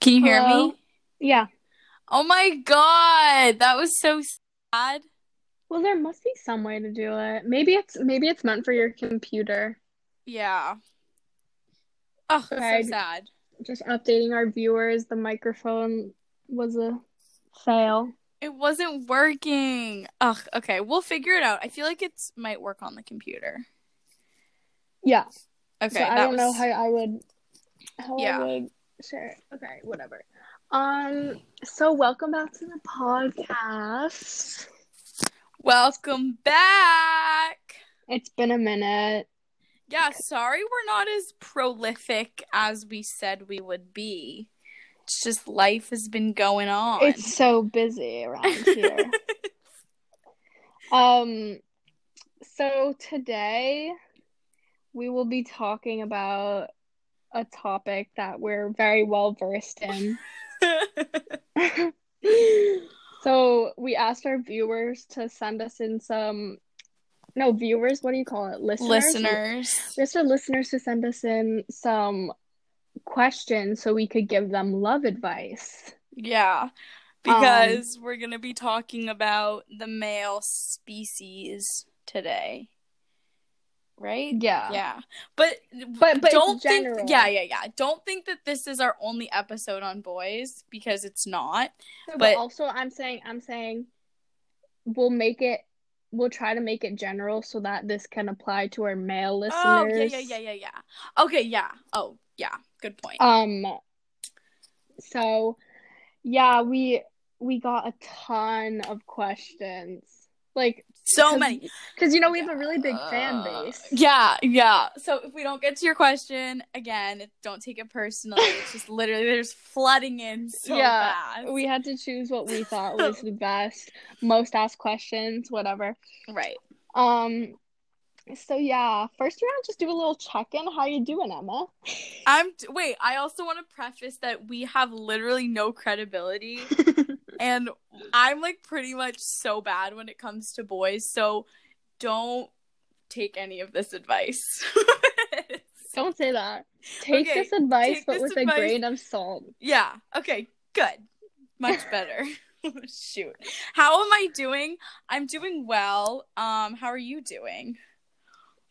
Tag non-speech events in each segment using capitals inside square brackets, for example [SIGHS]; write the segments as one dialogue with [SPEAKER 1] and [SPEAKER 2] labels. [SPEAKER 1] Can you hear
[SPEAKER 2] Hello?
[SPEAKER 1] me?
[SPEAKER 2] Yeah.
[SPEAKER 1] Oh my god, that was so sad.
[SPEAKER 2] Well, there must be some way to do it. Maybe it's maybe it's meant for your computer.
[SPEAKER 1] Yeah. Oh,
[SPEAKER 2] Okay.
[SPEAKER 1] so sad.
[SPEAKER 2] Just updating our viewers, the microphone was a fail.
[SPEAKER 1] It wasn't working. Ugh, okay, we'll figure it out. I feel like it's might work on the computer.
[SPEAKER 2] Yeah.
[SPEAKER 1] Okay,
[SPEAKER 2] so I
[SPEAKER 1] that
[SPEAKER 2] don't
[SPEAKER 1] was
[SPEAKER 2] know how I would how
[SPEAKER 1] Yeah.
[SPEAKER 2] I would share it. Okay, whatever. Um so welcome back to the podcast.
[SPEAKER 1] Welcome back.
[SPEAKER 2] It's been a minute.
[SPEAKER 1] Yeah, sorry we're not as prolific as we said we would be. It's just life has been going on.
[SPEAKER 2] It's so busy [LAUGHS] around here. Um, so today we will be talking about a topic that we're very well versed [LAUGHS] in. so we asked our viewers to send us in some, no, viewers, what do you call it? [LAUGHS] Listeners?
[SPEAKER 1] Listeners.
[SPEAKER 2] Just our listeners to send us in some questions so we could give them love advice. Um,
[SPEAKER 1] Yeah, because we're going to be talking about the male species today. Right?
[SPEAKER 2] Yeah.
[SPEAKER 1] Yeah. But
[SPEAKER 2] But- but
[SPEAKER 1] don't
[SPEAKER 2] it's
[SPEAKER 1] think
[SPEAKER 2] general.
[SPEAKER 1] Yeah, yeah, yeah. Don't think that this is our only episode on boys because it's not.
[SPEAKER 2] No, but,
[SPEAKER 1] But-
[SPEAKER 2] also I'm saying I'm saying we'll make it we'll try to make it general so that this can apply to our male listeners.
[SPEAKER 1] Oh, yeah, yeah, yeah, yeah, yeah. Okay, yeah. Oh, yeah. Good point.
[SPEAKER 2] Um so yeah, we we got a ton of questions. Like
[SPEAKER 1] so
[SPEAKER 2] 'cause-
[SPEAKER 1] many.
[SPEAKER 2] Cuz you know Oh, we have a really big fan
[SPEAKER 1] Uh,
[SPEAKER 2] base.
[SPEAKER 1] Yeah, yeah. So if we don't get to your question again, it- don't take it personally. It's just literally there's flooding in so
[SPEAKER 2] Yeah,
[SPEAKER 1] fast.
[SPEAKER 2] We had to choose what we
[SPEAKER 1] [LAUGHS]
[SPEAKER 2] thought was the best, most asked questions, whatever.
[SPEAKER 1] right.
[SPEAKER 2] Um so yeah, first round just do a little check-in. How you doing, Emma?
[SPEAKER 1] I'm wait, I also want to preface that we have literally no
[SPEAKER 2] [LAUGHS]
[SPEAKER 1] credibility and I'm like pretty much so bad when it comes to boys, so don't take any of this advice. [LAUGHS]
[SPEAKER 2] Don't say that. Take
[SPEAKER 1] Okay,
[SPEAKER 2] this advice,
[SPEAKER 1] take
[SPEAKER 2] but
[SPEAKER 1] this
[SPEAKER 2] with
[SPEAKER 1] advice.
[SPEAKER 2] a grain of salt.
[SPEAKER 1] yeah. Okay, good. Much better. [LAUGHS] Shoot. How am I doing? I'm doing well. Um how are you doing?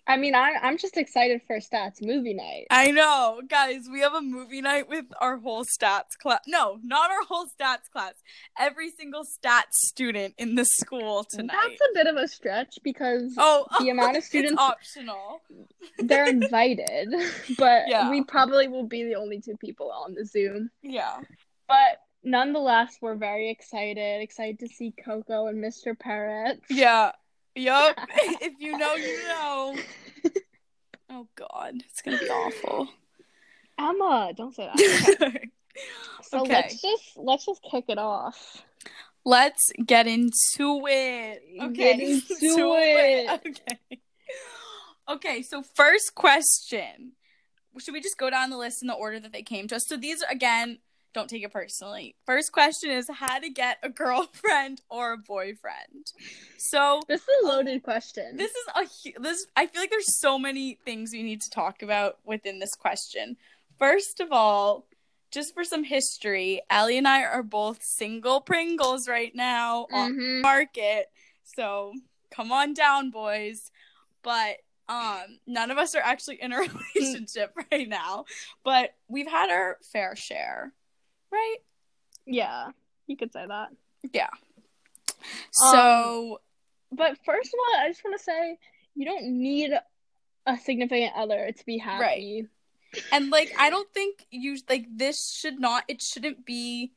[SPEAKER 2] I mean, I, I'm just excited for stats movie night.
[SPEAKER 1] I know, guys. We have a movie night with our whole stats class. No, not our whole stats class. Every single stats student in the school tonight.
[SPEAKER 2] That's a bit of a stretch because
[SPEAKER 1] oh, [LAUGHS]
[SPEAKER 2] the amount of
[SPEAKER 1] it's
[SPEAKER 2] students-
[SPEAKER 1] optional.
[SPEAKER 2] [LAUGHS] they're invited, [LAUGHS] but
[SPEAKER 1] Yeah.
[SPEAKER 2] we probably will be the only two people on the Zoom.
[SPEAKER 1] Yeah,
[SPEAKER 2] But nonetheless, we're very excited. Excited to see Coco and Mr. Parrot.
[SPEAKER 1] yeah, yup. [LAUGHS] if you know, you know.
[SPEAKER 2] [LAUGHS]
[SPEAKER 1] Oh God, it's gonna be
[SPEAKER 2] [LAUGHS]
[SPEAKER 1] awful.
[SPEAKER 2] Emma, don't say
[SPEAKER 1] [LAUGHS]
[SPEAKER 2] that. Okay. So
[SPEAKER 1] Okay.
[SPEAKER 2] let's just let's just kick it off.
[SPEAKER 1] Let's get into it. Okay.
[SPEAKER 2] Get into
[SPEAKER 1] To
[SPEAKER 2] it.
[SPEAKER 1] [LAUGHS] Okay. Okay, so first question. Should we just go down the list in the order that they came to us? So these again, don't take it personally. First question is how to get a [LAUGHS] girlfriend or a boyfriend. So
[SPEAKER 2] This is a loaded question.
[SPEAKER 1] this is a hu- this I feel like there's so many things we need to talk about within this question. First of all, just for some history, Allie and I are both single Pringles right now on
[SPEAKER 2] Mhm.
[SPEAKER 1] the market. So come on down, boys. But um none of us are actually in a [LAUGHS] relationship right now. But we've had our fair share. Right?
[SPEAKER 2] Yeah, you could say that.
[SPEAKER 1] So
[SPEAKER 2] But first of all, I just want to say you don't need a significant other to be happy.
[SPEAKER 1] and like i don't think you like this should not it shouldn't be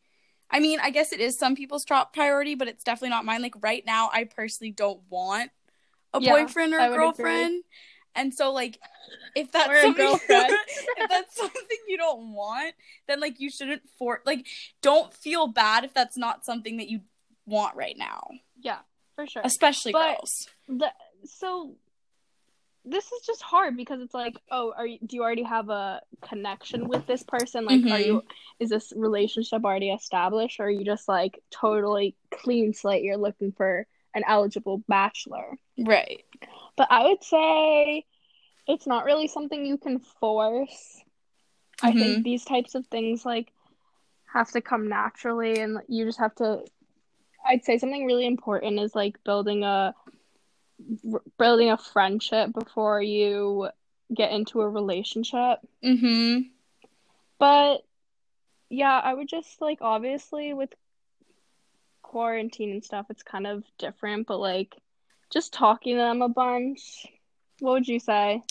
[SPEAKER 1] i mean i guess it is some people's top priority but it's definitely not mine like right now i personally don't want a
[SPEAKER 2] Yeah,
[SPEAKER 1] boyfriend or
[SPEAKER 2] I
[SPEAKER 1] a
[SPEAKER 2] would
[SPEAKER 1] girlfriend and so like if that's
[SPEAKER 2] Or a
[SPEAKER 1] something [LAUGHS]
[SPEAKER 2] girlfriend.
[SPEAKER 1] if that's something you don't want then like you shouldn't for like don't feel bad if that's not something that you want right now
[SPEAKER 2] Yeah, for sure.
[SPEAKER 1] especially
[SPEAKER 2] But-
[SPEAKER 1] girls
[SPEAKER 2] The, so this is just hard because it's like, oh, are you, do you already have a connection with this person? Like, are
[SPEAKER 1] Mhm.
[SPEAKER 2] you is this relationship already established, or are you just like totally clean slate? You're looking for an eligible bachelor.
[SPEAKER 1] right
[SPEAKER 2] But I would say it's not really something you can force. I think these types of things like have to come naturally and you just have to I'd say something really important is like building a building a friendship before you get into a relationship.
[SPEAKER 1] Mm-hmm.
[SPEAKER 2] But yeah, I would just like obviously with quarantine and stuff it's kind of different, but like just talking to them a bunch. What would you say?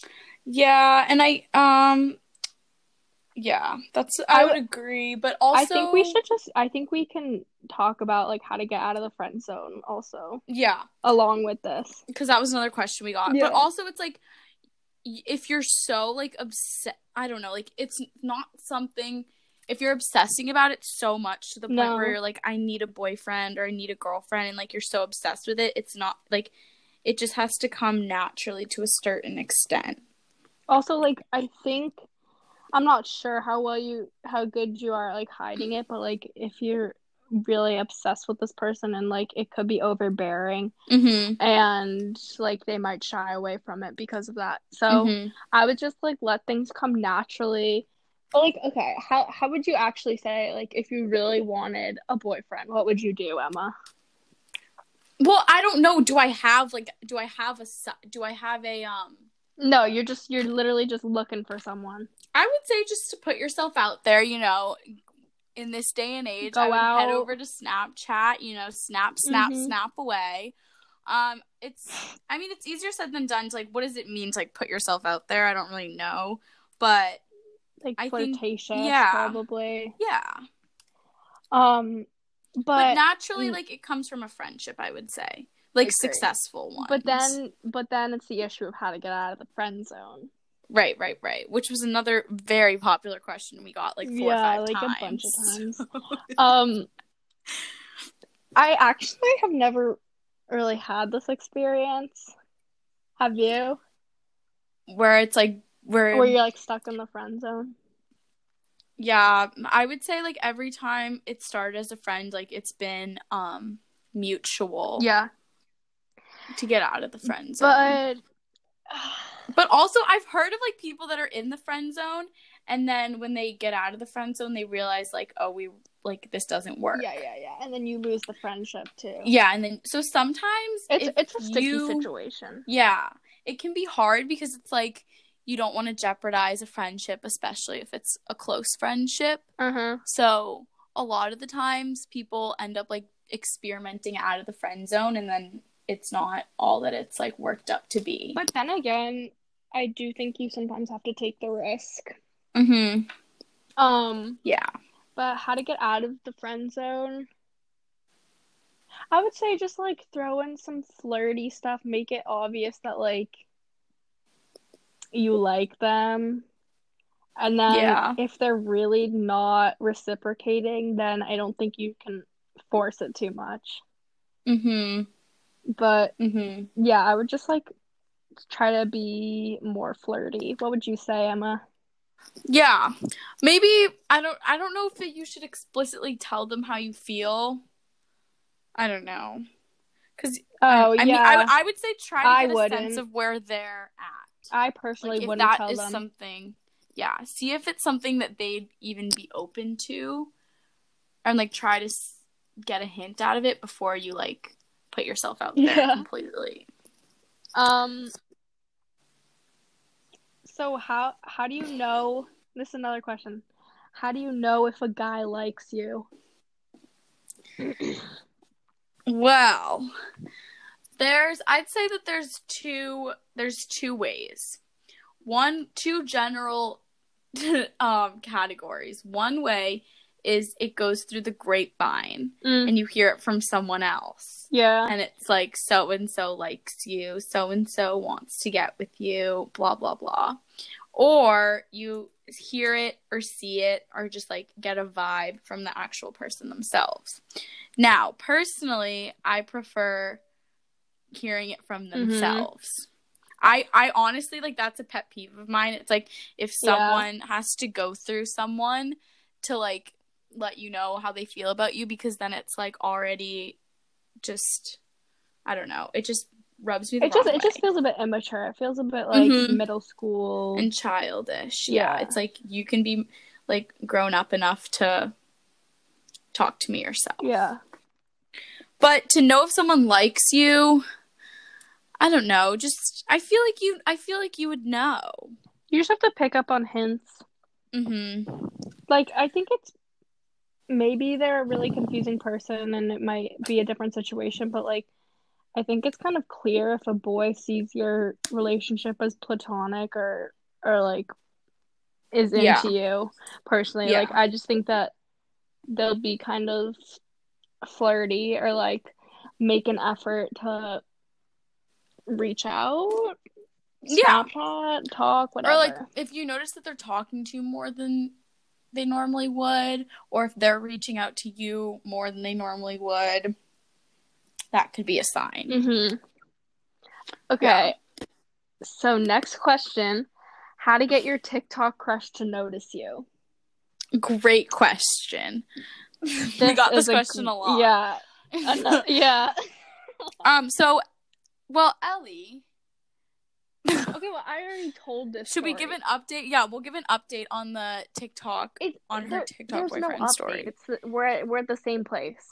[SPEAKER 1] Yeah, and I um yeah, that's I, would agree, but also
[SPEAKER 2] I think we should just I think we can talk about like how to get out of the friend zone also
[SPEAKER 1] yeah,
[SPEAKER 2] along with this.
[SPEAKER 1] because that was another question we got.
[SPEAKER 2] Yeah.
[SPEAKER 1] But also, it's like y- if you're so like obsessed, I don't know, like it's not something. If you're obsessing about it so much to the point
[SPEAKER 2] No.
[SPEAKER 1] where you're like, I need a boyfriend or I need a girlfriend, and like you're so obsessed with it, it's not like it just has to come naturally to a certain extent.
[SPEAKER 2] Also like I think I'm not sure how well you how good you are at like hiding it, but like if you're really obsessed with this person and like it could be overbearing
[SPEAKER 1] Mm-hmm.
[SPEAKER 2] and like they might shy away from it because of that. So
[SPEAKER 1] Mhm.
[SPEAKER 2] I would just like let things come naturally. But like, okay, how how would you actually say like if you really wanted a boyfriend, what would you do, Emma?
[SPEAKER 1] Well, I don't know. Do I have like do I have a si- do I have a um
[SPEAKER 2] No, you're just you're literally just looking for someone.
[SPEAKER 1] I would say just to put yourself out there, you know, in this day and age,
[SPEAKER 2] Go
[SPEAKER 1] I would head
[SPEAKER 2] out.
[SPEAKER 1] over to Snapchat, you know, snap, snap,
[SPEAKER 2] Mhm.
[SPEAKER 1] snap away. Um, it's I mean, it's easier said than done. To, like, what does it mean to like put yourself out there? I don't really know, but
[SPEAKER 2] Like
[SPEAKER 1] I think-
[SPEAKER 2] flirtatious
[SPEAKER 1] yeah.
[SPEAKER 2] probably.
[SPEAKER 1] yeah.
[SPEAKER 2] Um but
[SPEAKER 1] But, naturally,
[SPEAKER 2] mm.
[SPEAKER 1] like it comes from a friendship, I would say, like
[SPEAKER 2] Agree.
[SPEAKER 1] successful ones.
[SPEAKER 2] but then but then it's the issue of how to get out of the friend zone.
[SPEAKER 1] right, right, right, which was another very popular question we got like four or
[SPEAKER 2] yeah,
[SPEAKER 1] five
[SPEAKER 2] like
[SPEAKER 1] times.
[SPEAKER 2] a bunch of
[SPEAKER 1] [LAUGHS]
[SPEAKER 2] times. um I actually have never really had this experience. Have you?
[SPEAKER 1] Where it's like where
[SPEAKER 2] Where you're like stuck in the friend zone.
[SPEAKER 1] Yeah, I would say like every time it started as a friend, like it's been um mutual
[SPEAKER 2] Yeah.
[SPEAKER 1] to get out of the friend zone.
[SPEAKER 2] But [SIGHS]
[SPEAKER 1] But, also I've heard of like people that are in the friend zone and then when they get out of the friend zone they realize like, oh we like this doesn't work.
[SPEAKER 2] yeah, yeah, yeah. And then you lose the friendship too.
[SPEAKER 1] Yeah, and then so sometimes
[SPEAKER 2] It's
[SPEAKER 1] if
[SPEAKER 2] it's a sticky
[SPEAKER 1] you-
[SPEAKER 2] situation.
[SPEAKER 1] Yeah. It can be hard because it's like you don't want to jeopardize a friendship, especially if it's a close friendship.
[SPEAKER 2] Uh-huh.
[SPEAKER 1] So a lot of the times people end up like experimenting out of the friend zone and then it's not all that it's like worked up to be.
[SPEAKER 2] But then again, I do think you sometimes have to take the risk.
[SPEAKER 1] mm-hmm.
[SPEAKER 2] Um
[SPEAKER 1] Yeah.
[SPEAKER 2] But how to get out of the friend zone? I would say just like throw in some flirty stuff, make it obvious that like you like them. And then
[SPEAKER 1] Yeah.
[SPEAKER 2] if they're really not reciprocating, then I don't think you can force it too much.
[SPEAKER 1] Mm-hmm.
[SPEAKER 2] But
[SPEAKER 1] Mm-hmm.
[SPEAKER 2] yeah, I would just like try to be more flirty. What would you say, Emma?
[SPEAKER 1] Yeah. Maybe I don't I don't know if you should explicitly tell them how you feel. I don't know. Cuz
[SPEAKER 2] Oh,
[SPEAKER 1] I,
[SPEAKER 2] yeah.
[SPEAKER 1] mean I, I would say try
[SPEAKER 2] I
[SPEAKER 1] to get a sense
[SPEAKER 2] wouldn't.
[SPEAKER 1] of where they're at.
[SPEAKER 2] I personally
[SPEAKER 1] Like if
[SPEAKER 2] wouldn't
[SPEAKER 1] that
[SPEAKER 2] tell
[SPEAKER 1] is
[SPEAKER 2] them.
[SPEAKER 1] something yeah, see if it's something that they'd even be open to. and like try to s- get a hint out of it before you like put yourself out there
[SPEAKER 2] Yeah.
[SPEAKER 1] completely.
[SPEAKER 2] Um. So how how do you know? This is another question. How do you know if a guy likes you?
[SPEAKER 1] Well, there's I'd say that there's two there's two ways. One two general [LAUGHS] um categories. One way is it goes through the grapevine and you hear it from someone else.
[SPEAKER 2] mm, Yeah.
[SPEAKER 1] And it's like so and so likes you, so and so wants to get with you, blah blah blah. or you hear it or see it or just like get a vibe from the actual person themselves. Now, personally, I prefer hearing it from themselves. I I honestly like that's a pet peeve of mine. It's like if
[SPEAKER 2] Yeah.
[SPEAKER 1] someone has to go through someone to like let you know how they feel about you because then it's like already just I don't know. It just rubs me the
[SPEAKER 2] It just
[SPEAKER 1] wrong
[SPEAKER 2] it just
[SPEAKER 1] way
[SPEAKER 2] feels a bit immature. It feels a bit like
[SPEAKER 1] Mhm.
[SPEAKER 2] middle school.
[SPEAKER 1] and childish. Yeah.
[SPEAKER 2] Yeah.
[SPEAKER 1] it's like you can be like grown up enough to talk to me yourself.
[SPEAKER 2] Yeah.
[SPEAKER 1] But to know if someone likes you, I don't know. Just I feel like you I feel like you would know.
[SPEAKER 2] You just have to pick up on hints.
[SPEAKER 1] Mhm.
[SPEAKER 2] Like I think it's maybe they're a really confusing person and it might be a different situation, but like I think it's kind of clear if a boy sees your relationship as platonic or or like is into
[SPEAKER 1] Yeah.
[SPEAKER 2] you personally.
[SPEAKER 1] Yeah.
[SPEAKER 2] Like I just think that they'll be kind of flirty or like make an effort to reach out.
[SPEAKER 1] Yeah.
[SPEAKER 2] Snapchat, talk, whatever.
[SPEAKER 1] Or like if you notice that they're talking to you more than they normally would, or if they're reaching out to you more than they normally would, that could be a sign.
[SPEAKER 2] Mm-hmm. Okay. So next question: How to get your TikTok crush to notice you?
[SPEAKER 1] Great
[SPEAKER 2] [LAUGHS]
[SPEAKER 1] question. we
[SPEAKER 2] This
[SPEAKER 1] got this
[SPEAKER 2] is
[SPEAKER 1] question a, lot. [LAUGHS]
[SPEAKER 2] Yeah. Ano- yeah.
[SPEAKER 1] um. So, well, Ellie,
[SPEAKER 2] Okay. Well, I already told this.
[SPEAKER 1] should we give an update? Yeah, we'll give an update on the TikTok.
[SPEAKER 2] it,
[SPEAKER 1] on her TikTok
[SPEAKER 2] there's no
[SPEAKER 1] boyfriend story.
[SPEAKER 2] update. It's the- we're at, we're at the same place.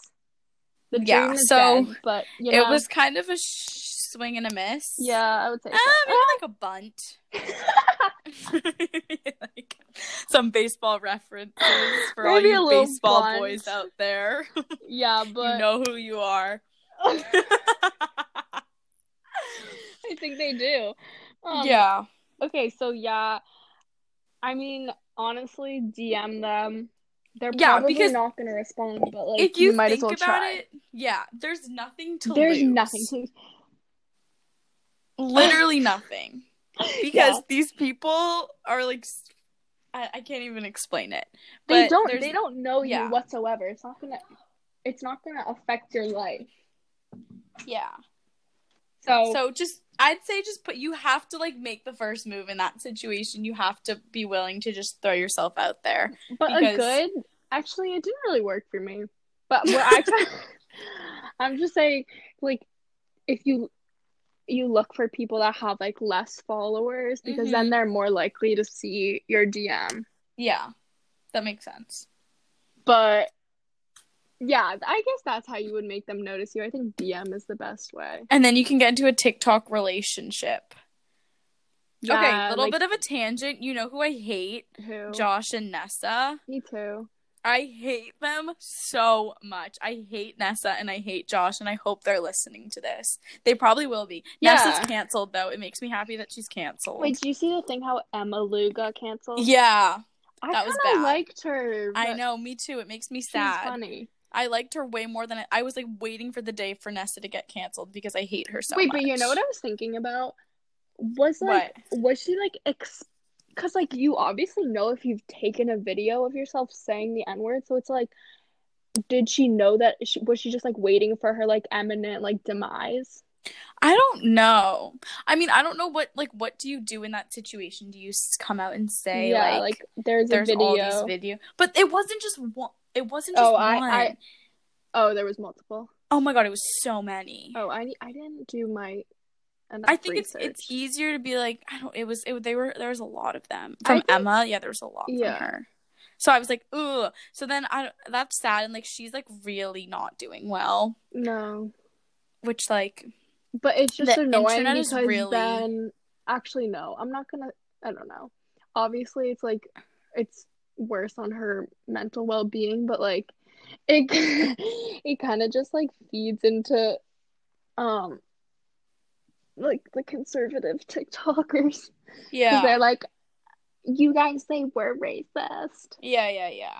[SPEAKER 2] The
[SPEAKER 1] Yeah,
[SPEAKER 2] dream is
[SPEAKER 1] so
[SPEAKER 2] dead, but you
[SPEAKER 1] It
[SPEAKER 2] know,
[SPEAKER 1] was kind of a sh- swing and a miss.
[SPEAKER 2] yeah, Ah. I would say.
[SPEAKER 1] Uh,
[SPEAKER 2] so.
[SPEAKER 1] maybe like a bunt. [LAUGHS] like some baseball references
[SPEAKER 2] [LAUGHS]
[SPEAKER 1] for all
[SPEAKER 2] Maybe a
[SPEAKER 1] you
[SPEAKER 2] little
[SPEAKER 1] baseball
[SPEAKER 2] blunt.
[SPEAKER 1] boys out there.
[SPEAKER 2] [LAUGHS]
[SPEAKER 1] [LAUGHS]
[SPEAKER 2] yeah,
[SPEAKER 1] you
[SPEAKER 2] but Um,
[SPEAKER 1] know who you
[SPEAKER 2] [LAUGHS]
[SPEAKER 1] are.
[SPEAKER 2] I think they do.
[SPEAKER 1] [LAUGHS]
[SPEAKER 2] Um,
[SPEAKER 1] yeah.
[SPEAKER 2] Okay, so yeah, I mean, honestly, DM them. They're
[SPEAKER 1] Yeah,
[SPEAKER 2] probably
[SPEAKER 1] because
[SPEAKER 2] not gonna respond, but like
[SPEAKER 1] if you,
[SPEAKER 2] might
[SPEAKER 1] think
[SPEAKER 2] as well
[SPEAKER 1] about
[SPEAKER 2] try.
[SPEAKER 1] it, yeah, there's nothing to
[SPEAKER 2] There's
[SPEAKER 1] lose.
[SPEAKER 2] nothing to
[SPEAKER 1] [LAUGHS] Literally nothing. Because
[SPEAKER 2] Yeah.
[SPEAKER 1] these people are like, s- I, I can't even explain it.
[SPEAKER 2] they
[SPEAKER 1] but
[SPEAKER 2] don't
[SPEAKER 1] there's-
[SPEAKER 2] they don't know you
[SPEAKER 1] yeah.
[SPEAKER 2] whatsoever. It's not gonna it's not gonna affect your life.
[SPEAKER 1] Yeah.
[SPEAKER 2] So,
[SPEAKER 1] So just, I'd say just put, you have to like make the first move in that situation. You have to be willing to just throw yourself out there.
[SPEAKER 2] but
[SPEAKER 1] because-
[SPEAKER 2] a good actually it didn't really work for me. But what I try [LAUGHS] I'm just saying like if you you look for people that have like less followers because
[SPEAKER 1] Mm-hmm.
[SPEAKER 2] then they're more likely to see your DM.
[SPEAKER 1] Yeah. That makes sense.
[SPEAKER 2] But yeah, I guess that's how you would make them notice you. I think DM is the best way.
[SPEAKER 1] and then you can get into a TikTok relationship. okay, a
[SPEAKER 2] Yeah,
[SPEAKER 1] little
[SPEAKER 2] like-
[SPEAKER 1] bit of a tangent. You know who I hate?
[SPEAKER 2] Who?
[SPEAKER 1] Josh and Nessa.
[SPEAKER 2] Me too.
[SPEAKER 1] I hate them so much. I hate Nessa and I hate Josh, and I hope they're listening to this. They probably will be.
[SPEAKER 2] Yeah.
[SPEAKER 1] Nessa's canceled, though. It makes me happy that she's canceled.
[SPEAKER 2] Wait, did you see the thing how Emma Lou got canceled?
[SPEAKER 1] yeah,
[SPEAKER 2] I
[SPEAKER 1] that was
[SPEAKER 2] kinda
[SPEAKER 1] bad.
[SPEAKER 2] liked her.
[SPEAKER 1] I
[SPEAKER 2] but
[SPEAKER 1] know. Me too. It makes me
[SPEAKER 2] She's
[SPEAKER 1] sad.
[SPEAKER 2] funny.
[SPEAKER 1] I liked her way more than I, I was like waiting for the day for Nessa to get canceled because I hate her so
[SPEAKER 2] Wait,
[SPEAKER 1] much.
[SPEAKER 2] but you know what I was thinking about? Was like,
[SPEAKER 1] What?
[SPEAKER 2] was she like, ex- cause like you obviously know if you've taken a video of yourself saying the N word, so it's like, did she know that? She, was she just like waiting for her like eminent like demise?
[SPEAKER 1] I don't know. I mean, I don't know what like what do you do in that situation? Do you s- come out and say
[SPEAKER 2] yeah,
[SPEAKER 1] like,
[SPEAKER 2] like, there's,
[SPEAKER 1] there's
[SPEAKER 2] a video.
[SPEAKER 1] all these video? But it wasn't just one. It wasn't just
[SPEAKER 2] Oh, I-
[SPEAKER 1] one.
[SPEAKER 2] I- Oh, there was multiple.
[SPEAKER 1] Oh my god, it was so many.
[SPEAKER 2] Oh, I I didn't do my. Enough
[SPEAKER 1] I think it's
[SPEAKER 2] research.
[SPEAKER 1] it's easier to be like I don't. It was it they were there was a lot of them
[SPEAKER 2] I
[SPEAKER 1] from
[SPEAKER 2] think-
[SPEAKER 1] Emma. Yeah, there was a lot
[SPEAKER 2] Yeah.
[SPEAKER 1] from her. So I was like, ooh. So then I that's sad and like she's like really not doing well,
[SPEAKER 2] no,
[SPEAKER 1] which like
[SPEAKER 2] but it's just
[SPEAKER 1] The
[SPEAKER 2] annoying
[SPEAKER 1] internet is
[SPEAKER 2] because
[SPEAKER 1] really-
[SPEAKER 2] then actually no, I'm not gonna. I don't know. Obviously, it's like it's worse on her mental well being, but like it [LAUGHS] it kind of just like feeds into um like the conservative TikTokers. because
[SPEAKER 1] yeah
[SPEAKER 2] They're like, you guys, they were racist.
[SPEAKER 1] yeah yeah yeah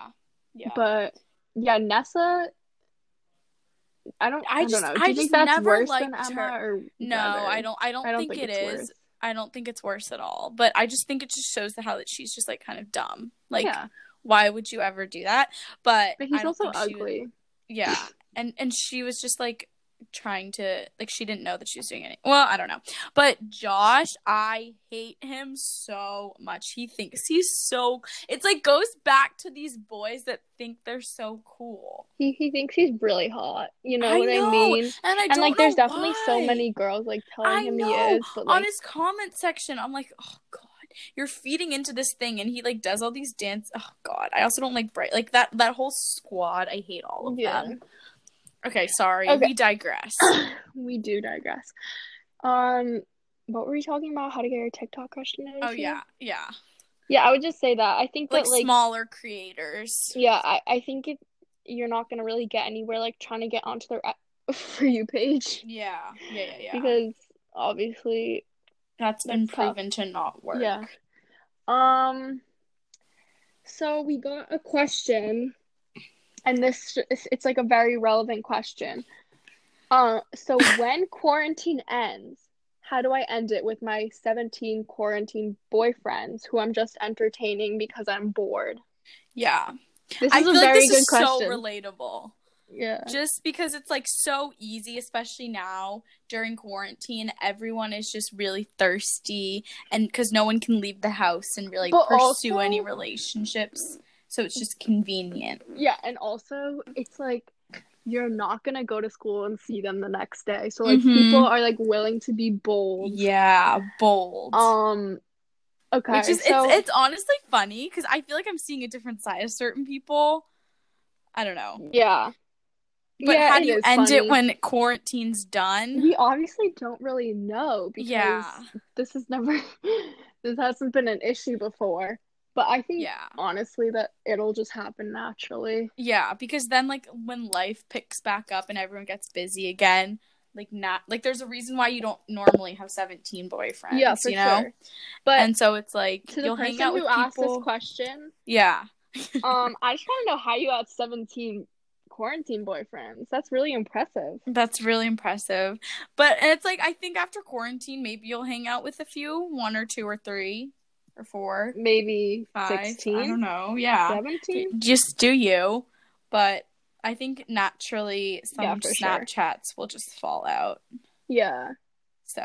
[SPEAKER 1] yeah.
[SPEAKER 2] But yeah, Nessa. I don't.
[SPEAKER 1] I
[SPEAKER 2] I,
[SPEAKER 1] just-
[SPEAKER 2] don't know. Do
[SPEAKER 1] I
[SPEAKER 2] you
[SPEAKER 1] just
[SPEAKER 2] think that's
[SPEAKER 1] never
[SPEAKER 2] worse than
[SPEAKER 1] liked
[SPEAKER 2] Emma
[SPEAKER 1] her.
[SPEAKER 2] or
[SPEAKER 1] no,
[SPEAKER 2] better?
[SPEAKER 1] I don't. I don't,
[SPEAKER 2] I don't
[SPEAKER 1] think, it is.
[SPEAKER 2] worse.
[SPEAKER 1] I don't think it's worse at all. But I just think it just shows the how that she's just like kind of dumb. Like,
[SPEAKER 2] yeah,
[SPEAKER 1] why would you ever do that? But,
[SPEAKER 2] but he's
[SPEAKER 1] I don't
[SPEAKER 2] also
[SPEAKER 1] think she was-
[SPEAKER 2] ugly.
[SPEAKER 1] yeah, and and she was just like trying to like she didn't know that she was doing any. Well, I don't know. But Josh, I hate him so much. He thinks he's so. It's like goes back to these boys that think they're so cool.
[SPEAKER 2] He he thinks he's really hot. You know
[SPEAKER 1] I
[SPEAKER 2] what
[SPEAKER 1] know,
[SPEAKER 2] I mean?
[SPEAKER 1] And I
[SPEAKER 2] And
[SPEAKER 1] don't
[SPEAKER 2] like, there's
[SPEAKER 1] know
[SPEAKER 2] definitely so
[SPEAKER 1] why.
[SPEAKER 2] many girls like telling
[SPEAKER 1] I
[SPEAKER 2] him he
[SPEAKER 1] know,
[SPEAKER 2] is, but like,
[SPEAKER 1] on his comment section, I'm like, oh god, you're feeding into this thing and he like does all these dance oh god i also don't like bright like that that whole squad i hate all of
[SPEAKER 2] Yeah.
[SPEAKER 1] them okay sorry
[SPEAKER 2] Okay.
[SPEAKER 1] we
[SPEAKER 2] [COUGHS]
[SPEAKER 1] digress
[SPEAKER 2] [CLEARS THROAT] we do digress. Um, what were we talking about? How to get your TikTok question? and
[SPEAKER 1] oh
[SPEAKER 2] everything?
[SPEAKER 1] yeah yeah
[SPEAKER 2] Yeah, I would just say that. I think
[SPEAKER 1] like,
[SPEAKER 2] that like
[SPEAKER 1] smaller creators
[SPEAKER 2] yeah, I I think it you're not gonna really get anywhere like trying to get onto their a- [LAUGHS] for you page
[SPEAKER 1] yeah yeah yeah, yeah.
[SPEAKER 2] because obviously
[SPEAKER 1] that's been
[SPEAKER 2] that's tough.
[SPEAKER 1] proven to not work
[SPEAKER 2] yeah. Um, so we got a question, and this it's, it's like a very relevant question. Uh, so [LAUGHS] when quarantine ends, how do I end it with my 17 quarantine boyfriends who I'm just entertaining because I'm bored?
[SPEAKER 1] yeah
[SPEAKER 2] This
[SPEAKER 1] i
[SPEAKER 2] is a
[SPEAKER 1] feel like
[SPEAKER 2] very
[SPEAKER 1] this
[SPEAKER 2] good
[SPEAKER 1] is
[SPEAKER 2] question.
[SPEAKER 1] so relatable
[SPEAKER 2] yeah.
[SPEAKER 1] just because it's like so easy especially now during quarantine everyone is just really thirsty and because no one can leave the house and really
[SPEAKER 2] But
[SPEAKER 1] pursue
[SPEAKER 2] also-
[SPEAKER 1] any relationships so it's just convenient
[SPEAKER 2] Yeah, and also it's like you're not gonna go to school and see them the next day. So like
[SPEAKER 1] Mhm.
[SPEAKER 2] people are like willing to be bold.
[SPEAKER 1] yeah bold
[SPEAKER 2] Um okay.
[SPEAKER 1] which is
[SPEAKER 2] so-
[SPEAKER 1] it's, it's honestly funny because i feel like i'm seeing a different side of certain people i don't know
[SPEAKER 2] Yeah.
[SPEAKER 1] but
[SPEAKER 2] yeah,
[SPEAKER 1] how do you
[SPEAKER 2] is
[SPEAKER 1] end it
[SPEAKER 2] funny.
[SPEAKER 1] when quarantine's done
[SPEAKER 2] we obviously don't really know because
[SPEAKER 1] yeah
[SPEAKER 2] this has never [LAUGHS] this hasn't been an issue before. But I think
[SPEAKER 1] yeah
[SPEAKER 2] honestly that it'll just happen naturally.
[SPEAKER 1] Yeah, because then like when life picks back up and everyone gets busy again, like not like there's a reason why you don't normally have 17 boyfriends,
[SPEAKER 2] yeah, for
[SPEAKER 1] you know?
[SPEAKER 2] sure. But
[SPEAKER 1] and so it's like
[SPEAKER 2] to the
[SPEAKER 1] you'll
[SPEAKER 2] person
[SPEAKER 1] hang out with
[SPEAKER 2] who asked
[SPEAKER 1] people.
[SPEAKER 2] this question,
[SPEAKER 1] yeah.
[SPEAKER 2] um, I just want to know how you had 17 quarantine boyfriends. That's really impressive.
[SPEAKER 1] That's really impressive. But it's like I think after quarantine maybe you'll hang out with a few, one or two or three or four,
[SPEAKER 2] Maybe
[SPEAKER 1] five,
[SPEAKER 2] 16,
[SPEAKER 1] I don't know. Yeah.
[SPEAKER 2] 17.
[SPEAKER 1] Just do you. But I think naturally some
[SPEAKER 2] Yeah, for sure.
[SPEAKER 1] Snapchats will just fall out.
[SPEAKER 2] Yeah.
[SPEAKER 1] So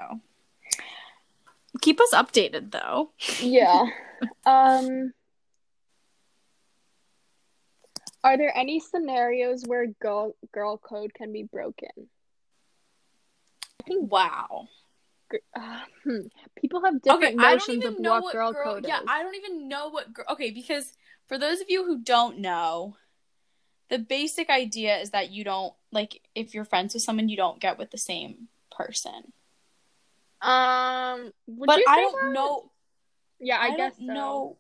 [SPEAKER 1] keep us updated though. [LAUGHS]
[SPEAKER 2] Yeah. um Are there any scenarios where girl girl code can be broken?
[SPEAKER 1] Wow.
[SPEAKER 2] Gr- uh, hmm. People have different notions of what girl, code
[SPEAKER 1] yeah,
[SPEAKER 2] is.
[SPEAKER 1] I don't even know what girl. Okay, because for those of you who don't know, the basic idea is that you don't like if you're friends with someone, you don't get with the same person.
[SPEAKER 2] Um, would
[SPEAKER 1] but
[SPEAKER 2] you
[SPEAKER 1] I
[SPEAKER 2] say
[SPEAKER 1] don't
[SPEAKER 2] that?
[SPEAKER 1] know.
[SPEAKER 2] Yeah, I,
[SPEAKER 1] I,
[SPEAKER 2] guess
[SPEAKER 1] don't
[SPEAKER 2] so.
[SPEAKER 1] know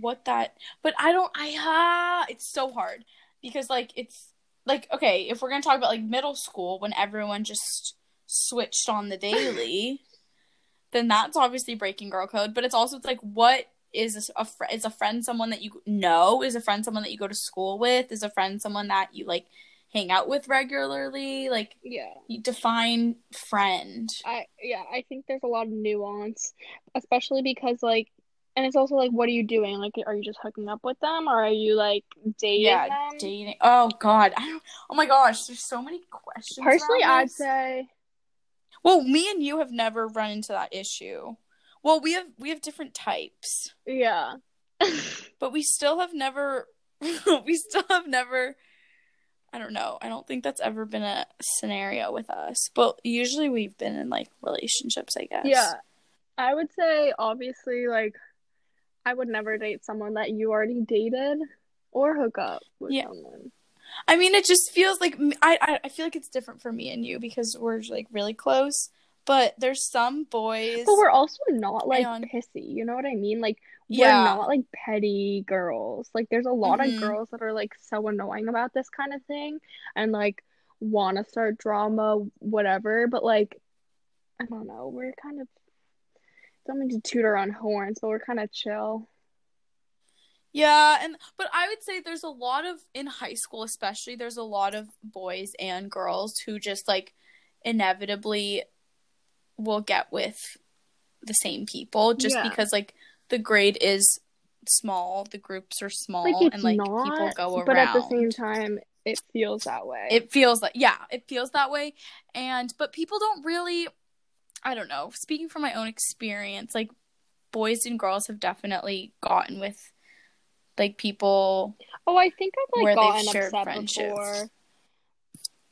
[SPEAKER 1] what that. But I don't. I uh, it's so hard because like it's like okay if we're gonna talk about like middle school when everyone just switched on the
[SPEAKER 2] [LAUGHS]
[SPEAKER 1] daily, then that's obviously breaking girl code. But it's also it's like what is this a fr- is a friend someone that you know is a friend someone that you go to school with is a friend someone that you like hang out with regularly like
[SPEAKER 2] Yeah.
[SPEAKER 1] you define friend
[SPEAKER 2] I yeah, I think there's a lot of nuance, especially because like and it's also like what are you doing? Like are you just hooking up with them or are you like dating
[SPEAKER 1] yeah
[SPEAKER 2] them?
[SPEAKER 1] dating oh god i don't oh my gosh there's so many questions
[SPEAKER 2] Personally,
[SPEAKER 1] around
[SPEAKER 2] I'd
[SPEAKER 1] this.
[SPEAKER 2] say
[SPEAKER 1] well me and you have never run into that issue well we have we have different types [LAUGHS]
[SPEAKER 2] yeah.
[SPEAKER 1] but we still have never [LAUGHS] we still have never i don't know i don't think that's ever been a scenario with us but usually we've been in like relationships i guess
[SPEAKER 2] Yeah. I would say obviously like I would never date someone that you already dated or hook up with
[SPEAKER 1] Yeah.
[SPEAKER 2] someone.
[SPEAKER 1] i mean it just feels like m- i I- i feel like it's different for me and you because we're like really close but there's some boys
[SPEAKER 2] But we're also not like
[SPEAKER 1] on.
[SPEAKER 2] pissy, you know what I mean? Like we're
[SPEAKER 1] Yeah.
[SPEAKER 2] not like petty girls. Like there's a lot
[SPEAKER 1] Mhm.
[SPEAKER 2] of girls that are like so annoying about this kind of thing and like wanna start drama, whatever, but like I don't know, we're kind of don't mean to toot our own horns, but we're kind of chill.
[SPEAKER 1] Yeah, and but I would say there's a lot of in high school especially there's a lot of boys and girls who just like inevitably will get with the same people just
[SPEAKER 2] Yeah.
[SPEAKER 1] because like the grade is small, the groups are small
[SPEAKER 2] Like it's
[SPEAKER 1] and like
[SPEAKER 2] not,
[SPEAKER 1] people go around.
[SPEAKER 2] but at the same time, it feels that way.
[SPEAKER 1] it feels like yeah, it feels that way and but people don't really I don't know, speaking from my own experience, like boys and girls have definitely gotten with like people
[SPEAKER 2] Oh, I think I've
[SPEAKER 1] Where
[SPEAKER 2] like
[SPEAKER 1] they've
[SPEAKER 2] gotten
[SPEAKER 1] shared
[SPEAKER 2] upset
[SPEAKER 1] friendships.
[SPEAKER 2] before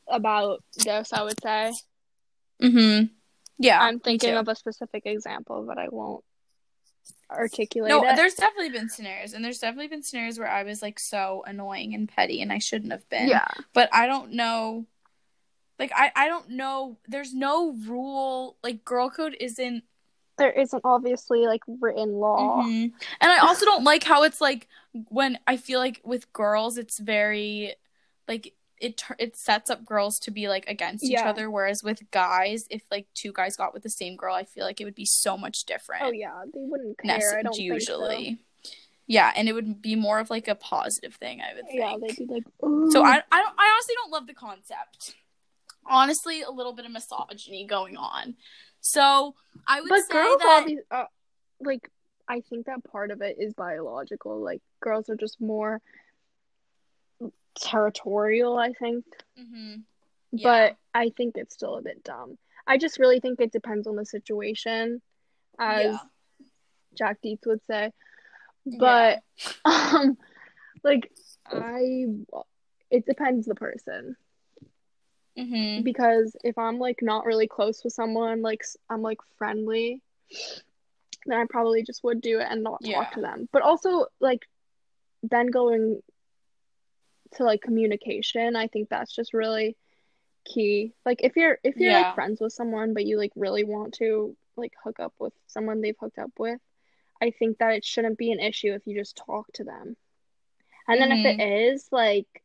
[SPEAKER 2] about this, I would say.
[SPEAKER 1] Mm-hmm. Yeah.
[SPEAKER 2] I'm
[SPEAKER 1] me
[SPEAKER 2] thinking
[SPEAKER 1] too.
[SPEAKER 2] of a specific example, but I won't articulate
[SPEAKER 1] No,
[SPEAKER 2] it.
[SPEAKER 1] there's definitely been scenarios, and there's definitely been scenarios where I was like so annoying and petty, and I shouldn't have been.
[SPEAKER 2] Yeah.
[SPEAKER 1] but I don't know. Like I, I don't know. There's no rule. Like girl code isn't.
[SPEAKER 2] There isn't obviously like written law.
[SPEAKER 1] Mhm. And I also don't like how it's like when I feel like with girls, it's very like it tur- it sets up girls to be like against each
[SPEAKER 2] Yeah.
[SPEAKER 1] other. Whereas with guys, if like two guys got with the same girl, I feel like it would be so much different.
[SPEAKER 2] Oh yeah, they wouldn't care.
[SPEAKER 1] Ness-
[SPEAKER 2] I don't Think
[SPEAKER 1] usually. Yeah, and it would be more of like a positive thing. I would
[SPEAKER 2] so.
[SPEAKER 1] think.
[SPEAKER 2] Yeah, they'd be like,
[SPEAKER 1] So
[SPEAKER 2] "Ooh,
[SPEAKER 1] I, I don't I honestly don't love the concept. Honestly, a little bit of misogyny going on. So I would
[SPEAKER 2] but
[SPEAKER 1] say
[SPEAKER 2] girls
[SPEAKER 1] that
[SPEAKER 2] obvi- uh, like I think that part of it is biological. Like girls are just more territorial. I think,
[SPEAKER 1] Mhm. Yeah.
[SPEAKER 2] but I think it's still a bit dumb. I just really think it depends on the situation, as
[SPEAKER 1] Yeah.
[SPEAKER 2] Jack Dietz would say.
[SPEAKER 1] Yeah.
[SPEAKER 2] But [LAUGHS] um, like I, it depends the person.
[SPEAKER 1] Mhm.
[SPEAKER 2] because if I'm like not really close with someone, like s- I'm like friendly, then I probably just would do it and not
[SPEAKER 1] Yeah.
[SPEAKER 2] talk to them. But also like then going to like communication, I think that's just really key. Like if you're if you're
[SPEAKER 1] Yeah.
[SPEAKER 2] like friends with someone but you like really want to like hook up with someone they've hooked up with, I think that it shouldn't be an issue if you just talk to them. And then if it
[SPEAKER 1] Mm-hmm.
[SPEAKER 2] is like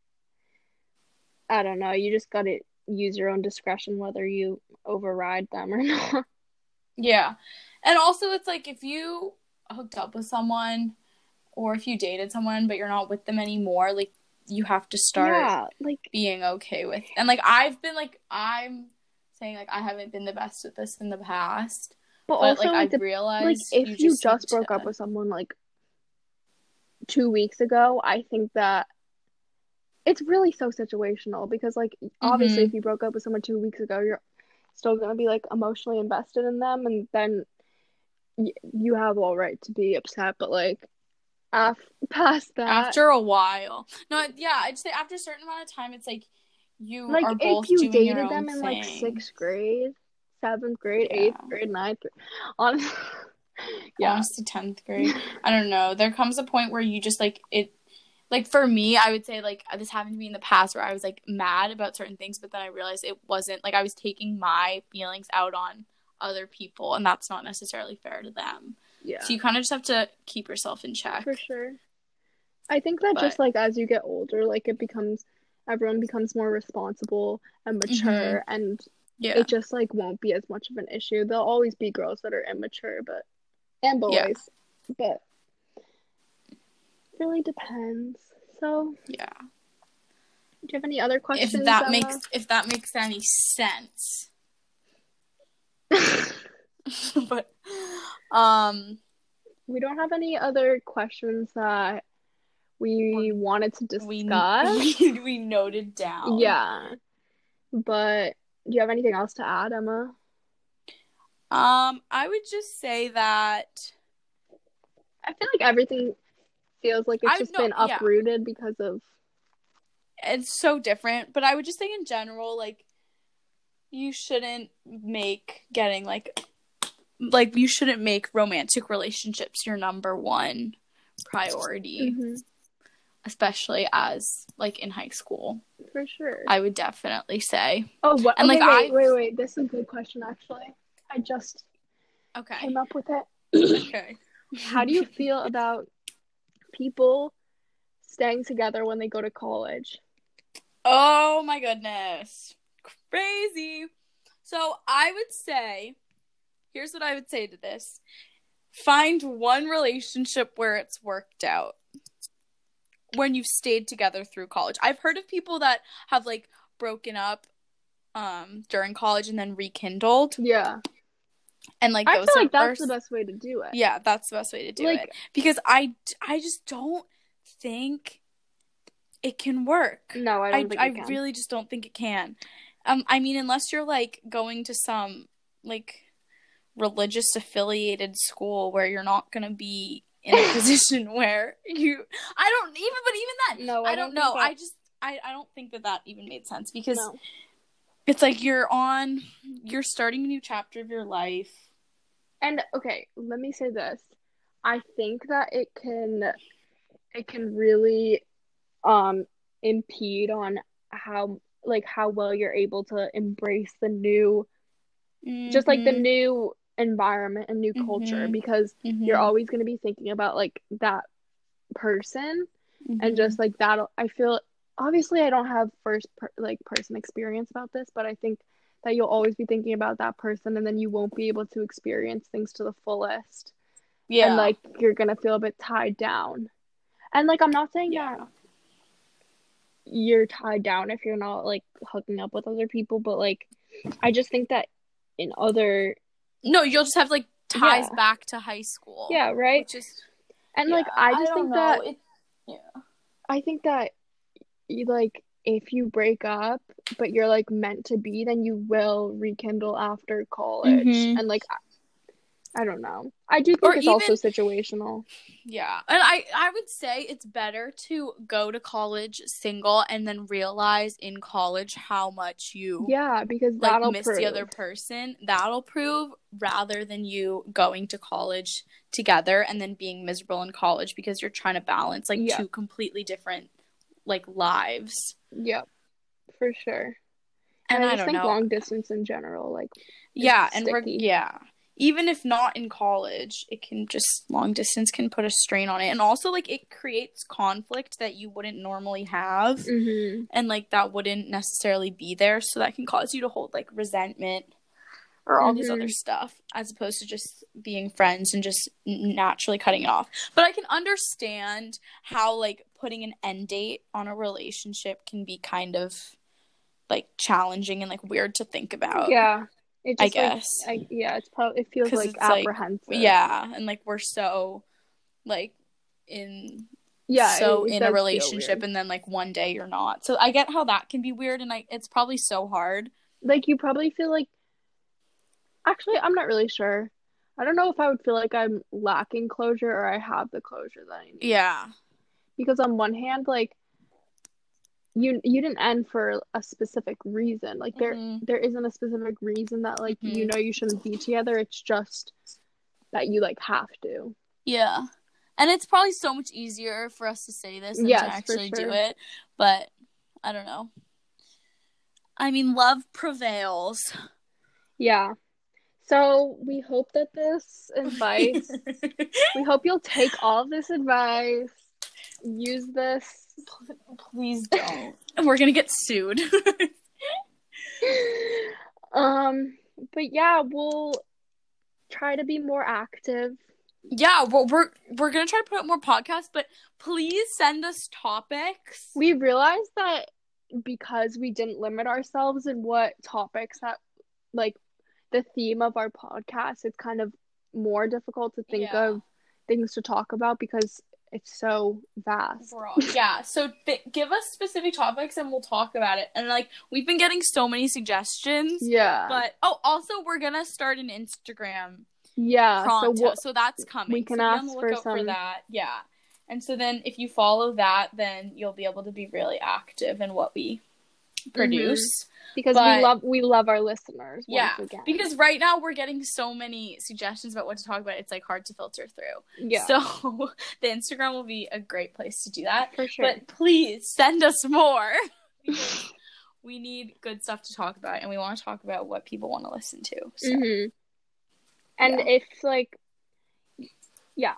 [SPEAKER 2] I don't know, you just gotta use your own discretion whether you override them or [LAUGHS] not.
[SPEAKER 1] Yeah. And also it's like if you hooked up with someone or if you dated someone but you're not with them anymore, like you have to start
[SPEAKER 2] Yeah, like
[SPEAKER 1] being okay with and like I've been like I'm saying like I haven't been the best at this in the past.
[SPEAKER 2] but
[SPEAKER 1] But
[SPEAKER 2] also
[SPEAKER 1] like
[SPEAKER 2] like,
[SPEAKER 1] I've
[SPEAKER 2] the,
[SPEAKER 1] realized
[SPEAKER 2] like if you just,
[SPEAKER 1] need
[SPEAKER 2] broke
[SPEAKER 1] to-
[SPEAKER 2] up with someone like two weeks ago, I think that it's really so situational because like
[SPEAKER 1] Mm-hmm.
[SPEAKER 2] obviously if you broke up with someone two weeks ago, you're still gonna be like emotionally invested in them, and then y- you have all right to be upset, but like af- [LAUGHS] past that,
[SPEAKER 1] after a while. No, yeah, I'd say after a certain amount of time, it's like you
[SPEAKER 2] like
[SPEAKER 1] are both
[SPEAKER 2] if you
[SPEAKER 1] doing your
[SPEAKER 2] dated
[SPEAKER 1] own
[SPEAKER 2] them in like
[SPEAKER 1] thing.
[SPEAKER 2] sixth grade seventh grade
[SPEAKER 1] Yeah.
[SPEAKER 2] eighth grade ninth grade [LAUGHS] on yeah
[SPEAKER 1] honestly, tenth grade. I don't know. There comes a point where you just like it. Like for me, I would say like this happened to me in the past where I was like mad about certain things, but then I realized it wasn't like I was taking my feelings out on other people, and that's not necessarily fair to them.
[SPEAKER 2] yeah
[SPEAKER 1] So you kind of just have to keep yourself in check.
[SPEAKER 2] for sure i think that just like as you get older like it becomes everyone becomes more responsible and mature and
[SPEAKER 1] Mm-hmm. Yeah,
[SPEAKER 2] it just like won't be as much of an issue there'll always be girls that are immature but and boys
[SPEAKER 1] Yeah.
[SPEAKER 2] but it really depends so
[SPEAKER 1] yeah.
[SPEAKER 2] do you have any other questions
[SPEAKER 1] If that
[SPEAKER 2] Emma?
[SPEAKER 1] makes if that makes any sense. [LAUGHS] but um
[SPEAKER 2] [LAUGHS] We don't have any other questions that we wanted to
[SPEAKER 1] we,
[SPEAKER 2] discuss.
[SPEAKER 1] we [LAUGHS] we noted down
[SPEAKER 2] Yeah. Um, But do you have anything else to add, Emma?
[SPEAKER 1] um i would just say that
[SPEAKER 2] I feel like everything feels like it's
[SPEAKER 1] I-
[SPEAKER 2] just
[SPEAKER 1] no,
[SPEAKER 2] been
[SPEAKER 1] yeah.
[SPEAKER 2] uprooted because of
[SPEAKER 1] it's so different but i would just say in general like you shouldn't make getting like like you shouldn't make romantic relationships your number one priority
[SPEAKER 2] Mhm,
[SPEAKER 1] especially as like in high school
[SPEAKER 2] for sure.
[SPEAKER 1] i would definitely say
[SPEAKER 2] oh, what?
[SPEAKER 1] and,
[SPEAKER 2] okay,
[SPEAKER 1] like,
[SPEAKER 2] wait,
[SPEAKER 1] I-
[SPEAKER 2] wait, wait. This is a good question actually. I just
[SPEAKER 1] okay
[SPEAKER 2] came up with it.
[SPEAKER 1] okay
[SPEAKER 2] How [LAUGHS] do you feel about people staying together when they go to college?
[SPEAKER 1] Oh my goodness. Crazy. So I would say, here's what I would say to this find one relationship where it's worked out when you've stayed together through college. I've heard of people that have like broken up um during college and then rekindled
[SPEAKER 2] Yeah.
[SPEAKER 1] and like
[SPEAKER 2] I
[SPEAKER 1] those
[SPEAKER 2] feel like
[SPEAKER 1] are-
[SPEAKER 2] that's the best way to do it.
[SPEAKER 1] yeah that's the best way to do
[SPEAKER 2] like
[SPEAKER 1] it because i i just don't think it can work
[SPEAKER 2] No, I
[SPEAKER 1] I,
[SPEAKER 2] don't think
[SPEAKER 1] I
[SPEAKER 2] you can.
[SPEAKER 1] really just don't think it can. Um, I mean, unless you're like going to some like religious affiliated school where you're not gonna be in
[SPEAKER 2] [LAUGHS]
[SPEAKER 1] a position where you, I don't even, but even then,
[SPEAKER 2] No,
[SPEAKER 1] I,
[SPEAKER 2] I
[SPEAKER 1] don't,
[SPEAKER 2] don't think
[SPEAKER 1] know.
[SPEAKER 2] that-
[SPEAKER 1] I just, I, I don't think that that even made sense because
[SPEAKER 2] No.
[SPEAKER 1] it's like you're on, you're starting a new chapter of your life.
[SPEAKER 2] And okay, let me say this. I think that it can it can really um impede on how like how well you're able to embrace the new just like
[SPEAKER 1] Mm-hmm.
[SPEAKER 2] the new environment and new culture
[SPEAKER 1] Mhm.
[SPEAKER 2] because
[SPEAKER 1] Mhm.
[SPEAKER 2] you're always going to be thinking about like that person and
[SPEAKER 1] Mhm.
[SPEAKER 2] just like that i feel obviously i don't have first per- like person experience about this but i think that you'll always be thinking about that person and then you won't be able to experience things to the fullest
[SPEAKER 1] yeah
[SPEAKER 2] and like you're going to feel a bit tied down and like i'm not saying
[SPEAKER 1] Yeah.
[SPEAKER 2] that you're tied down if you're not like hooking up with other people but like i just think that in other
[SPEAKER 1] no you'll just have like ties
[SPEAKER 2] Yeah.
[SPEAKER 1] back to high school
[SPEAKER 2] yeah right
[SPEAKER 1] which is
[SPEAKER 2] and like
[SPEAKER 1] yeah,
[SPEAKER 2] i just
[SPEAKER 1] don't
[SPEAKER 2] think
[SPEAKER 1] know.
[SPEAKER 2] that
[SPEAKER 1] It-
[SPEAKER 2] I think that you like if you break up but you're like meant to be then you will rekindle after college
[SPEAKER 1] Mhm.
[SPEAKER 2] and like I- I don't know. I do think
[SPEAKER 1] Or
[SPEAKER 2] it's also situational.
[SPEAKER 1] yeah and i i would say it's better to go to college single and then realize in college how much you
[SPEAKER 2] Yeah, because
[SPEAKER 1] like
[SPEAKER 2] that'll
[SPEAKER 1] miss
[SPEAKER 2] prove.
[SPEAKER 1] the other person that'll prove rather than you going to college together and then being miserable in college because you're trying to balance like
[SPEAKER 2] Yeah.
[SPEAKER 1] two completely different like lives
[SPEAKER 2] Yep. For sure.
[SPEAKER 1] and,
[SPEAKER 2] And, I,
[SPEAKER 1] i,
[SPEAKER 2] just
[SPEAKER 1] don't
[SPEAKER 2] think
[SPEAKER 1] know
[SPEAKER 2] long distance in general like
[SPEAKER 1] yeah and we're
[SPEAKER 2] sticky.
[SPEAKER 1] yeah even if not in college it can just long distance can put a strain on it and also like it creates conflict that you wouldn't normally have
[SPEAKER 2] mhm.
[SPEAKER 1] and like that wouldn't necessarily be there so that can cause you to hold like resentment or all this
[SPEAKER 2] Mm-hmm.
[SPEAKER 1] other stuff as opposed to just being friends and just n- naturally cutting it off but i can understand how like putting an end date on a relationship can be kind of like challenging and like weird to think about
[SPEAKER 2] Yeah. It
[SPEAKER 1] Oh, i
[SPEAKER 2] just like
[SPEAKER 1] guess
[SPEAKER 2] I, yeah, it's probably it feels
[SPEAKER 1] 'Cause
[SPEAKER 2] like
[SPEAKER 1] it's, like-
[SPEAKER 2] apprehensive.
[SPEAKER 1] yeah and like we're so like in
[SPEAKER 2] Yeah,
[SPEAKER 1] so
[SPEAKER 2] it- it
[SPEAKER 1] in a
[SPEAKER 2] does feel
[SPEAKER 1] relationship
[SPEAKER 2] weird.
[SPEAKER 1] and then like one day you're not so i get how that can be weird and like it's probably so hard
[SPEAKER 2] like you probably feel like actually i'm not really sure i don't know if i would feel like i'm lacking closure or i have the closure that i need
[SPEAKER 1] yeah
[SPEAKER 2] because on one hand like you you didn't end for a specific reason like there
[SPEAKER 1] Mhm.
[SPEAKER 2] there isn't a specific reason that like
[SPEAKER 1] Mm-hmm.
[SPEAKER 2] you know you shouldn't be together it's just that you like have to
[SPEAKER 1] yeah and it's probably so much easier for us to say this than
[SPEAKER 2] Yes,
[SPEAKER 1] to
[SPEAKER 2] for
[SPEAKER 1] actually do
[SPEAKER 2] sure.
[SPEAKER 1] it but i don't know i mean love prevails
[SPEAKER 2] yeah so we hope that this [LAUGHS] advice we hope you'll take all of this advice use this
[SPEAKER 1] [LAUGHS] please don't [LAUGHS] we're gonna get sued [LAUGHS]
[SPEAKER 2] um but yeah we'll try to be more active
[SPEAKER 1] yeah well we're we're gonna try to put out more podcasts but please send us topics
[SPEAKER 2] we realized that because we didn't limit ourselves in what topics that like the theme of our podcast it's kind of more difficult to think
[SPEAKER 1] Yeah.
[SPEAKER 2] of things to talk about because it's so vast
[SPEAKER 1] overall. Yeah. So th- give us specific topics and we'll talk about it. And like we've been getting so many suggestions.
[SPEAKER 2] yeah
[SPEAKER 1] But oh, also we're gonna start an Instagram
[SPEAKER 2] yeah
[SPEAKER 1] pronto,
[SPEAKER 2] so
[SPEAKER 1] so,
[SPEAKER 2] what
[SPEAKER 1] that's coming.
[SPEAKER 2] we can
[SPEAKER 1] so
[SPEAKER 2] ask
[SPEAKER 1] be on the
[SPEAKER 2] for
[SPEAKER 1] lookout for
[SPEAKER 2] some-
[SPEAKER 1] that. Yeah. And so then if you follow that, then you'll be able to be really active in what we
[SPEAKER 2] Mm-hmm.
[SPEAKER 1] produce.
[SPEAKER 2] because
[SPEAKER 1] but-
[SPEAKER 2] we love we love our listeners
[SPEAKER 1] Yeah,
[SPEAKER 2] once again.
[SPEAKER 1] Because right now we're getting so many suggestions about what to talk about. It's like hard to filter through.
[SPEAKER 2] yeah
[SPEAKER 1] So [LAUGHS] the Instagram will be a great place to do that.
[SPEAKER 2] for sure
[SPEAKER 1] But please send us more. [LAUGHS] because we need good stuff to talk about, and we want to talk about what people want to listen to. So.
[SPEAKER 2] hmm And
[SPEAKER 1] Yeah.
[SPEAKER 2] if like, yeah,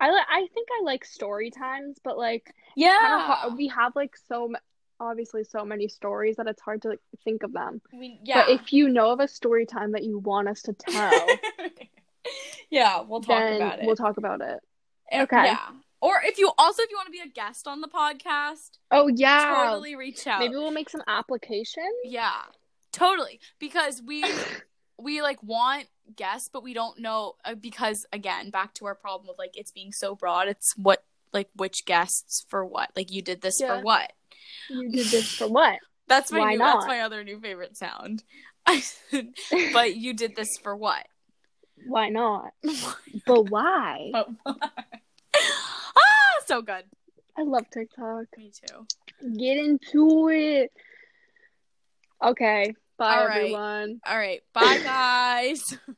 [SPEAKER 2] I li- I think I like story times, but like, kind of
[SPEAKER 1] Yeah,
[SPEAKER 2] ha- we have like so m- obviously so many stories that it's hard to like, think of them.
[SPEAKER 1] we, yeah,
[SPEAKER 2] But if you know of a story time that you want us to
[SPEAKER 1] [LAUGHS]
[SPEAKER 2] tell,
[SPEAKER 1] yeah, we'll talk
[SPEAKER 2] then
[SPEAKER 1] about it.
[SPEAKER 2] we'll talk about it.
[SPEAKER 1] If-
[SPEAKER 2] okay.
[SPEAKER 1] Yeah. Or if you also if you want to be a guest on the podcast,
[SPEAKER 2] Oh yeah,
[SPEAKER 1] totally reach out.
[SPEAKER 2] maybe we'll make some application.
[SPEAKER 1] Yeah, totally. Because we we like want guests, but we don't know uh, because again, back to our problem of like it's being so broad. It's what like which guests for what? Like you did this
[SPEAKER 2] Yeah.
[SPEAKER 1] for what?
[SPEAKER 2] you did this for what?
[SPEAKER 1] That's my
[SPEAKER 2] Why
[SPEAKER 1] new,
[SPEAKER 2] not?
[SPEAKER 1] that's my other new favorite sound. [LAUGHS] but you did this for what?
[SPEAKER 2] [LAUGHS]
[SPEAKER 1] [GASPS] [LAUGHS]
[SPEAKER 2] Why not?
[SPEAKER 1] ah,
[SPEAKER 2] But why?
[SPEAKER 1] Ah, so good.
[SPEAKER 2] I love TikTok.
[SPEAKER 1] Me too.
[SPEAKER 2] Get into it. Okay. Bye
[SPEAKER 1] All right.
[SPEAKER 2] everyone.
[SPEAKER 1] All right, bye guys.